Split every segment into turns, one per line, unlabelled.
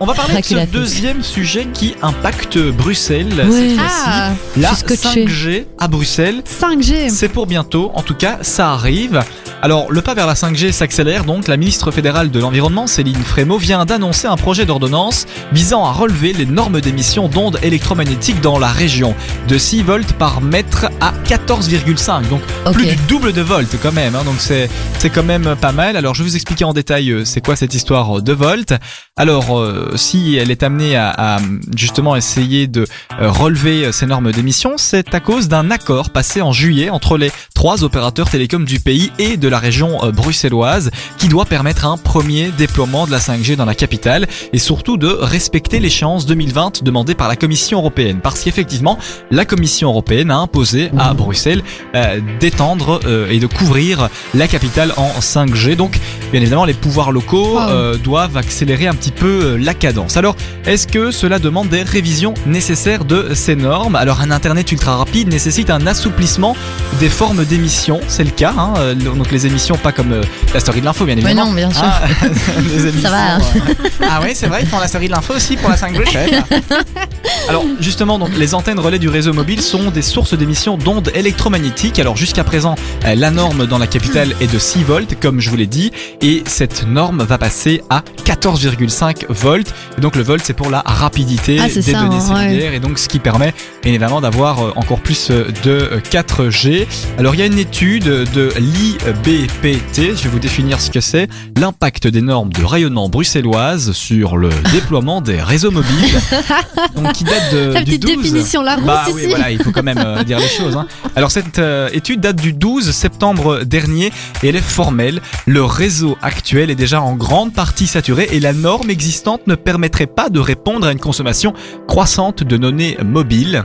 On va parler de ce
Dracula Fils.
deuxième sujet qui impacte Bruxelles cette
Ouais.
fois-ci.
Ah,
La
je suis scotchée.
5G à Bruxelles,
5G.
c'est pour bientôt, en tout cas ça arrive. Alors le pas vers la 5G s'accélère donc, la ministre fédérale de l'Environnement Céline Frémaux vient d'annoncer un projet d'ordonnance visant à relever les normes d'émission d'ondes électromagnétiques dans la région, de 6 volts par mètre à 14,5, donc
Ok.
plus du double de volts quand même, hein, donc c'est c'est quand même pas mal. Alors je vais vous expliquer en détail euh, c'est quoi cette histoire euh, de volts. Alors euh, si elle est amenée à, à, justement essayer de euh, relever euh, ces normes d'émission, c'est à cause d'un accord passé en juillet entre les trois opérateurs télécoms du pays et de la région euh, bruxelloise qui doit permettre un premier déploiement de la 5G dans la capitale et surtout de respecter l'échéance 2020 demandée par la Commission européenne. Parce qu'effectivement, la Commission européenne a imposé à Bruxelles euh, d'étendre euh, et de couvrir la capitale en 5G. Donc, bien évidemment, les pouvoirs locaux
Wow.
euh, doivent accélérer un petit peu euh, la cadence. Alors, est-ce que cela demande des révisions nécessaires de ces normes Alors, un Internet ultra rapide nécessite un assouplissement des formes d'émissions. C'est le cas. hein. Euh, Donc, les émissions, pas comme euh, la story de l'info, bien
Mais
évidemment.
non, bien sûr.
Ah, les émissions,
va. hein.
euh, Ah oui, c'est vrai, ils font la série de l'info aussi pour la 5G. je savais pas. Alors justement, donc les antennes relais du réseau mobile sont des sources d'émissions d'ondes électromagnétiques. Alors jusqu'à présent, euh, la norme dans la capitale est de 6 volts, comme je vous l'ai dit, et cette norme va passer à 14,5 volts. Et donc le volt, c'est pour la rapidité
Ah,
des
c'est ça,
données
hein, ouais.
cellulaires, et donc ce qui permet évidemment d'avoir euh, encore plus euh, de euh, 4G. Alors il y a une étude de l'IBPT, je vais vous définir ce que c'est, l'impact des normes de rayonnement bruxelloises sur le déploiement des réseaux mobiles, donc qui date de,
La
du
petite
12.
définition, la
Ah,
rousse
Bah
ici.
oui, voilà, il faut quand même euh, dire les choses. hein. Alors cette euh, étude date du 12 septembre dernier et elle est formelle. Le réseau actuel est déjà en grande partie saturé et la norme existante ne permettrait pas de répondre à une consommation croissante de données mobiles.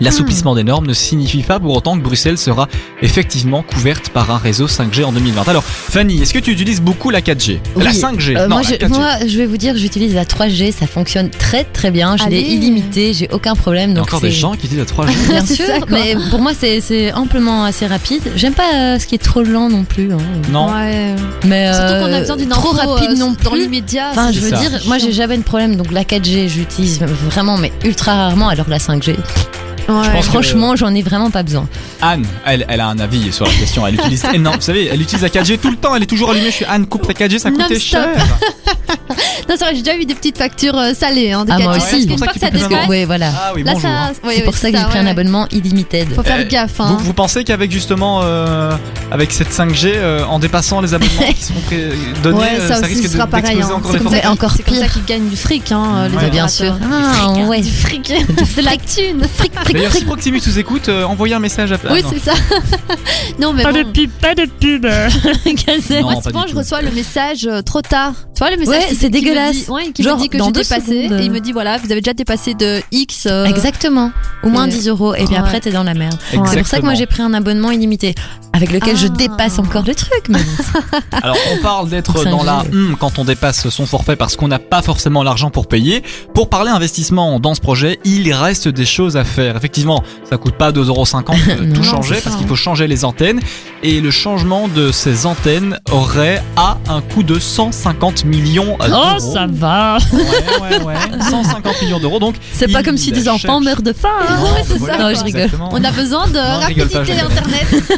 L'assouplissement
Hmm.
des normes ne signifie pas pour autant que Bruxelles sera effectivement couverte par un réseau 5G en 2020. Alors, Fanny, est-ce que tu utilises beaucoup la 4G La
Oui.
5G
Euh,
Non,
moi,
la
je,
4G.
moi, je vais vous dire, j'utilise la 3G, ça fonctionne très très bien. Je l'ai
Allez.
illimitée, j'ai aucun problème.
Il y a
Donc
encore des
c'est-
gens qui disent la 3G.
Bien
C'est
sûr,
ça, quoi.
mais pour moi c'est- c'est amplement assez rapide. J'aime pas euh, ce qui est trop lent non plus. hein.
Non.
Ouais.
Mais
Surtout
euh,
qu'on a besoin d'une
trop
info,
rapide
euh,
non
dans
plus.
l'immédiat.
Enfin,
c'est
je veux
ça.
dire, moi j'ai jamais de problème. Donc la 4G, j'utilise vraiment, mais ultra rarement. Alors que la 5G,
Ouais.
pense-
franchement, j'en ai vraiment pas besoin.
Anne, elle, elle a un avis sur la question. Elle utilise énorme. Vous savez, elle utilise la 4G tout le temps. Elle est toujours allumée. Je suis Anne, coupe ta 4G, ça coûtait
Non-stop.
cher.
Non, c'est vrai, j'ai déjà eu des petites factures euh, salées. Hein, des
Ah, moi
gadgets,
aussi.
Parce qu'une
C'est
fois
pour
que
ça
ça
qu'il faut
déconnecte,
Ouais.
Oui, voilà.
Ah oui,
là
bonjour.
ça. ouais,
c'est
ouais,
pour ça que j'ai pris un
ouais.
abonnement illimité.
Faut faire
Euh,
gaffe.
Vous,
Hein.
vous pensez qu'avec justement, euh, avec cette 5G, euh, en dépassant les abonnements qui sont pré- donnés,
Ouais,
euh,
ça aussi
risque de-
sera pareil,
d'exploser
hein.
encore
C'est
les
comme
forfaits
forfaits. Encore
C'est comme
pire.
ça qu'ils gagnent du fric, hein, les
Ouais,
bien
opérateurs.
sûr.
Ah,
Du fric, hein.
ouais. Du fric. de la thune.
D'ailleurs, si Proximus nous écoute, euh, envoyez un message à
oui,
Ah, non.
c'est ça. non, mais
pas
bon.
de pub, pas de pub.
Gazelle.
Non,
Moi,
pas
souvent,
du
je
tout.
reçois le message euh, trop tard. Tu vois, le message
Ouais,
qui-
c'est
qui me
dégueulasse.
dit- ouais, qui me
Genre,
dit que
dans
j'ai
deux
dépassé.
secondes.
Et il me dit, voilà, vous avez déjà dépassé de X. euh,
Exactement. Au moins
Ouais.
10 euros. Et puis
Ouais.
après, t'es dans la merde. C'est pour ça que moi,
Exactement.
j'ai pris un abonnement illimité. Avec lequel je
Ah.
dépasse encore le truc. Mais...
Alors, on parle d'être
5G.
dans la hum quand on dépasse son forfait parce qu'on n'a pas forcément l'argent pour payer. Pour parler investissement dans ce projet, il reste des choses à faire. Effectivement, ça coûte pas 2,50€ de
Non,
tout
non,
changer
c'est
parce
ça,
qu'il
hein.
faut changer les antennes. Et le changement de ces antennes aurait à un coût de 150 millions d'euros.
Oh, ça va.
Ouais, ouais, ouais. 150 millions d'euros. Donc,
C'est pas
Il
comme si des
cherche.
enfants meurent de faim. hein.
Non,
c'est
voilà,
ça,
Non, je
quoi.
rigole.
exactement.
On a besoin de
Non, je rigole pas, je
rapidité
rigole.
internet.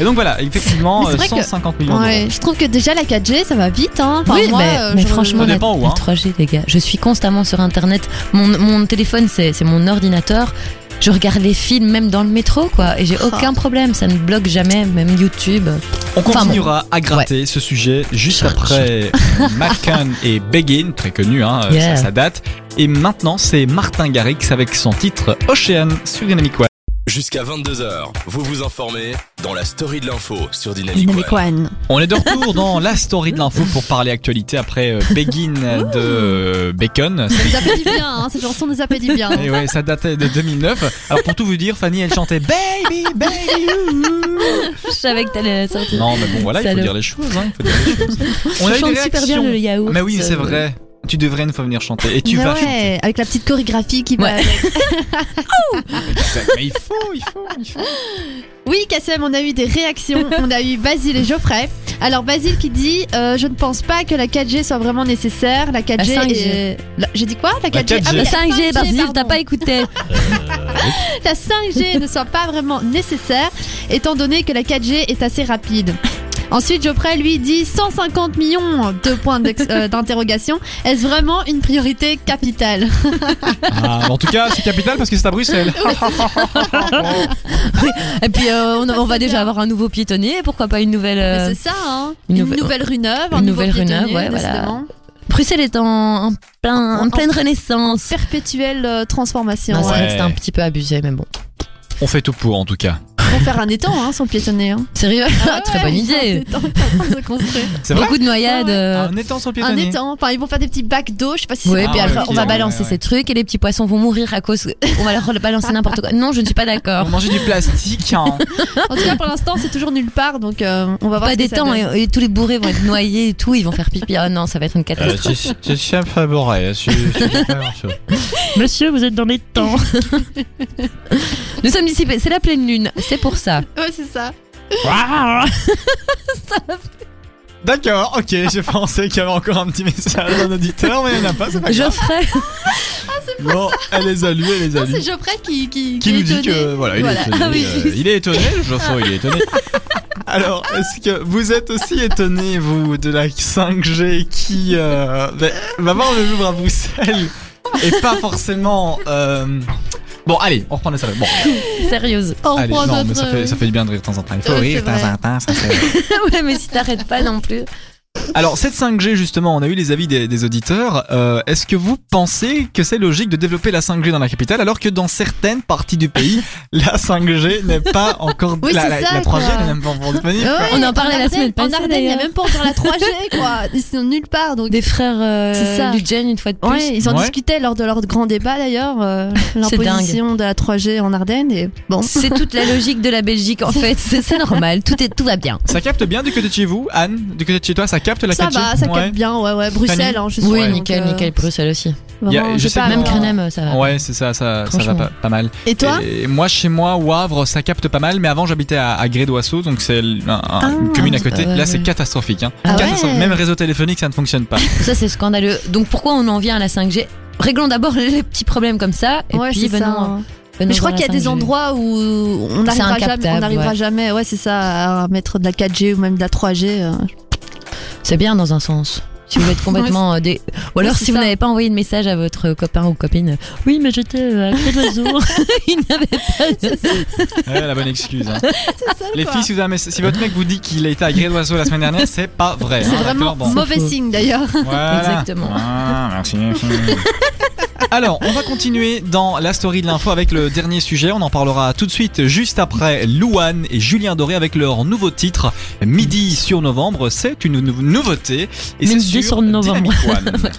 Et donc voilà, effectivement,
Mais c'est vrai que-
150 millions d'euros.
Ouais, je trouve que déjà la 4G ça va vite. Hein. Enfin,
oui,
moi,
mais,
euh,
mais
je-
franchement,
Ça
la,
dépend où,
la
hein.
3G, les gars, je suis constamment sur Internet. Mon, mon téléphone, c'est c'est mon ordinateur. Je regarde les films, même dans le métro, quoi. Et j'ai
Ah.
aucun problème. Ça ne bloque jamais, même YouTube.
On
Enfin,
continuera à gratter ce sujet juste
Sure,
après McCann et Begin, très connu, hein, euh,
Yeah.
ça, ça date. Et maintenant, c'est Martin Garrix avec son titre Ocean sur Dynamic One.
Jusqu'à 22h, vous vous informez dans la story de l'info sur Dynamic,
Dynamic
One.
One.
On est de retour dans la story de l'info pour parler actualité après euh, Begin de euh, Bacon.
Ça nous appelle du bien, hein. cette chanson nous appelle du bien.
Et ouais, ça datait de 2009. Alors pour tout vous dire, Fanny, elle chantait Baby, Baby. ooh.
Je savais que t'allais sortir.
Non, mais bon, voilà, il faut
Salaud.
dire les choses. hein, il faut dire les choses. On a eu des
chante super bien
réactions.
le yaourt.
Mais oui, c'est vrai. tu devrais une fois venir chanter. Et tu
Mais
vas
ouais,
chanter.
avec la petite chorégraphie qui va.
Ouais.
avec.
Mais il faut, il faut, il faut.
Oui, Kassem, on a eu des réactions. on a eu Basile et Geoffrey. Alors, Basile qui dit euh, Je ne pense pas que la 4G soit vraiment nécessaire. La 4G.
La 5G.
est- la- J'ai dit quoi La 4G,
4G.
Ah, mais
La 5G, Basile,
pardon.
t'as pas écouté.
la 5G ne soit pas vraiment nécessaire, étant donné que la 4G est assez rapide. Ensuite, Geoffrey lui dit 150 millions de points d'ex- euh, d'interrogation. Est-ce vraiment une priorité capitale
Ah, en tout cas, c'est capital parce que c'est à Bruxelles.
Et puis, euh, on, on va déjà avoir un nouveau piétonnier, pourquoi pas une nouvelle. euh,
Mais C'est ça, hein
une
une,
nouvelle-
nouvelle, rue neuve,
une
un nouveau
nouvelle rue
piétonnier,
neuve, ouais, voilà.
décidément.
Bruxelles est en, en plein, en
En-
pleine renaissance.
Perpétuelle euh, transformation.
Non, c'est
ouais.
vrai
Ouais.
que c'était un petit peu abusé, mais bon.
On fait tout pour en tout cas.
Pour faire un étang, hein, sans piétonner. hein.
Sérieux
Ah ouais,
Très bonne idée.
Un étang qui est en train de se construire.
C'est vrai Ah,
Beaucoup de noyades.
Ouais, ouais.
euh,
Un étang sur le
Un
piétonnier.
étang. Enfin, ils vont faire des petits bacs d'eau. Je sais pas si.
Oui,
c'est-
Ah,
puis après,
ok,
on va
ouais,
balancer
ouais, ouais.
ces trucs et les petits poissons vont mourir à cause. On va leur balancer n'importe quoi. Non, je ne suis pas d'accord.
On mangeait du plastique. hein.
En tout cas, pour l'instant, c'est toujours nulle part, donc euh, on va
Pas
voir. ce que
des
ça
temps
donne.
et, et tous les bourrés vont être noyés et tout, ils vont faire pipi. Ah non, ça va être
Euh,
une catastrophe.
C'est chien favori.
Monsieur, vous êtes dans les temps.
Nous sommes dissipés, c'est la pleine lune, c'est pour ça.
Ouais, c'est ça.
Waouh.
D'accord, ok, j'ai pensé qu'il y avait encore un petit message d'un auditeur, mais il n'y en a pas, c'est pas grave.
Geoffrey,
Bon, elle les a lus, elle les a
Non,
lus.
c'est Geoffrey qui,
Qui
qui, qui
nous
est
dit
étonné.
que voilà, il est
Voilà.
étonné.
Ah oui,
euh,
juste.
il est étonné, le Geoffroy, il est étonné. Alors, est-ce que vous êtes aussi étonné, vous, de la 5G qui euh, bah, va voir le jour à Bruxelles et pas forcément. euh, Bon, allez, on reprend le salon. Bon,
sérieuse.
On
allez,
prend
non,
notre-
mais ça fait, ça fait du bien de rire de temps en temps. Il faut
Ouais,
rire
c'est
de temps
vrai.
en temps, ça c'est.
ouais, mais si t'arrêtes pas non plus.
Alors cette 5G justement, on a eu les avis des, des auditeurs. Euh, Est-ce que vous pensez que c'est logique de développer la 5G dans la capitale alors que dans certaines parties du pays, la 5G n'est pas encore
Oui,
la,
c'est
la,
ça,
la 3G
quoi. Oh.
n'est même pas encore disponible.
Ouais,
On en parlait la
Ardenne-
semaine passée,
En Ardenne, il n'y a
d'ailleurs.
même pas encore la 3G, quoi. Ils sont nulle part, donc.
Des frères
C'est
euh,
ça.
Ludgen, une fois de plus.
Ouais, ils en
Ouais.
discutaient lors de leur grand débat d'ailleurs, euh,
C'est dingue.
l'imposition de la 3G en Ardennes. Et bon,
C'est toute la logique de la Belgique en fait, c'est c'est normal, tout, est, tout va bien.
Ça capte bien du côté de chez vous, Anne, du côté de chez toi, ça capte la
ça
4G.
va, ça
ouais.
capte bien. Ouais, ouais, Bruxelles, hein, je suis
Oui,
sûre, donc,
nickel,
euh, Ah.
nickel, Bruxelles aussi.
Y a-
Vraiment,
je
j'ai
sais
pas
que-
Même
vraiment-
Krenem, ça va.
Ouais, c'est ça, ça, ça va
Franchement.
pas, pas mal.
Et toi
et moi, chez moi, Wavre, ça capte pas mal, mais avant j'habitais à, à Grédoisseau, donc c'est l- un- un- une
Ah,
commune à
c'est pas
côté.
vrai,
Là,
ouais.
c'est catastrophique. Hein.
Ah ouais
Catastrophe. Même réseau téléphonique, ça ne fonctionne pas.
Ça, c'est scandaleux. Donc pourquoi on en vient à la 5G Réglons d'abord les petits problèmes comme ça, et
Ouais,
puis
c'est ça,
venons. euh,
hein.
venons
Mais je crois
voir
qu'il y a
la
des
5G.
endroits où on
C'est
n'arrivera
incaptable,
jamais, on n'arrivera
ouais.
jamais. Ouais, c'est ça, à mettre de la 4G ou même de la 3G. euh,
C'est bien dans un sens. Si vous êtes complètement. euh, dé- Ou alors
Oui, c'est
si vous
ça.
n'avez pas envoyé de message à votre copain ou copine.
Oui, mais j'étais euh, à Crédoiseau.
Il n'avait pas. de-
Ouais, la bonne excuse. hein.
ça,
Les
quoi.
filles, si, vous avez un mess- si votre mec vous dit qu'il a été à Gré d'Oiseau la semaine dernière, c'est pas vrai.
C'est
hein,
vraiment
d'accord Bon.
mauvais
C'est faux.
signe d'ailleurs.
Voilà.
Exactement.
Ah, merci, merci. Alors, on va continuer dans la story de l'info avec le dernier sujet. On en parlera tout de suite juste après Louane et Julien Doré avec leur nouveau titre Midi sur novembre. C'est une nou- nouveauté. Et c'est
Midi sur novembre.
Dynamic One.